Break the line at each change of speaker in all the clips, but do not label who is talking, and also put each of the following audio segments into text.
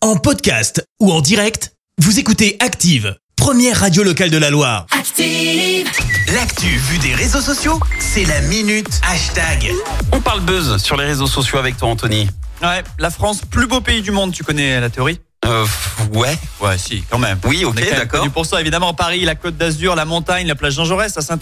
En podcast ou en direct, vous écoutez Active, première radio locale de la Loire.
Active.
L'actu vue des réseaux sociaux, c'est la minute hashtag.
On parle buzz sur les réseaux sociaux avec toi, Anthony.
Ouais, la France, plus beau pays du monde, tu connais la théorie
Euh, f- ouais.
Ouais, si, quand même.
Oui,
On
ok,
est quand même
d'accord.
connu pour ça, évidemment. Paris, la Côte d'Azur, la montagne, la plage Jean Jaurès, à saint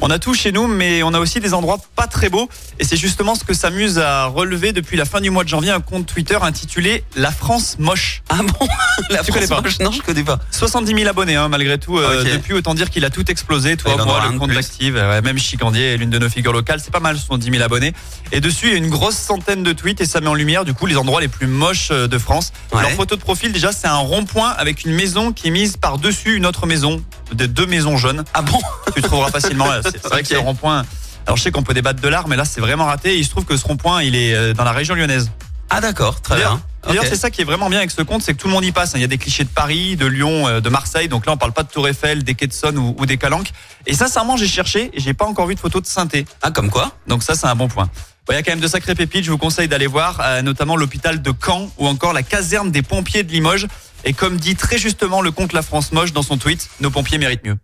on a tout chez nous, mais on a aussi des endroits pas très beaux. Et c'est justement ce que s'amuse à relever depuis la fin du mois de janvier un compte Twitter intitulé La France moche.
Ah bon La
Tu connais
France
pas
moche Non, je connais pas.
70 000 abonnés, hein, malgré tout. euh,
Ok.
Depuis, autant dire qu'il a tout explosé.
Il
Toi,
en aura
moi,
un de
le compte
plus.
d'active, euh, ouais, même Chicandier, l'une de nos figures locales, c'est pas mal, 70 000 abonnés. Et dessus, il y a une grosse centaine de tweets et ça met en lumière, du coup, les endroits les plus moches euh, de France.
Ouais.
Leur photo de profil, déjà, c'est un rond-point avec une maison qui est mise par-dessus une autre maison, des deux maisons jaunes.
Ah bon
Tu le trouveras facilement. là. C'est c'est vrai
Ok.
que c'est un rond-point. Alors, je sais qu'on peut débattre de l'art, mais là, c'est vraiment raté. Il se trouve que ce rond-point, il est euh, dans la région lyonnaise.
Ah d'accord, très bien.
D'ailleurs,
Ok.
c'est ça qui est vraiment bien avec ce compte, c'est que tout le monde y passe. hein. Il y a des clichés de Paris, de Lyon, euh, de Marseille. Donc là, on parle pas de Tour Eiffel, des quais de Saône ou, ou des Calanques. Et sincèrement, j'ai cherché et j'ai pas encore vu de photo de synthé.
Ah comme quoi
Donc ça, c'est un bon point. Bon, Il y a quand même de sacrées pépites. Je vous conseille d'aller voir, euh, notamment l'hôpital de Caen ou encore la caserne des pompiers de Limoges. Et comme dit très justement le compte La France Moche dans son tweet, nos pompiers méritent mieux.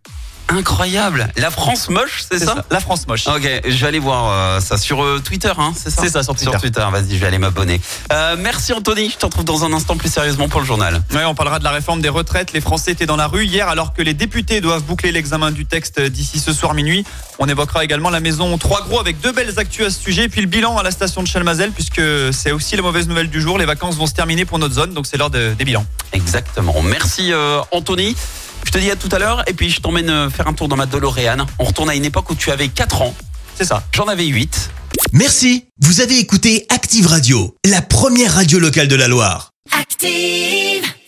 Incroyable. La France moche, c'est ça, Ah,
La France Moche.
Ok, je vais aller voir euh, ça sur euh, Twitter, hein, c'est ça
C'est ça, sur Twitter.
vas-y, je vais aller m'abonner. Euh, merci Anthony, je te retrouve dans un instant plus sérieusement pour le journal.
Ouais, on parlera de la réforme des retraites. Les Français étaient dans la rue hier alors que les députés doivent boucler l'examen du texte d'ici ce soir minuit. On évoquera également la maison 3 gros avec deux belles actus à ce sujet. Et puis le bilan à la station de Chalmazel puisque c'est aussi la mauvaise nouvelle du jour. Les vacances vont se terminer pour notre zone donc c'est l'heure de- des bilans.
Exactement. Merci euh, Anthony. Je te dis à tout à l'heure et puis je t'emmène euh, faire un tour dans ma DeLorean. On retourne à une époque où tu avais 4 ans,
C'est ça.
j'en avais 8.
Merci, vous avez écouté Active Radio, la première radio locale de la Loire.
Active.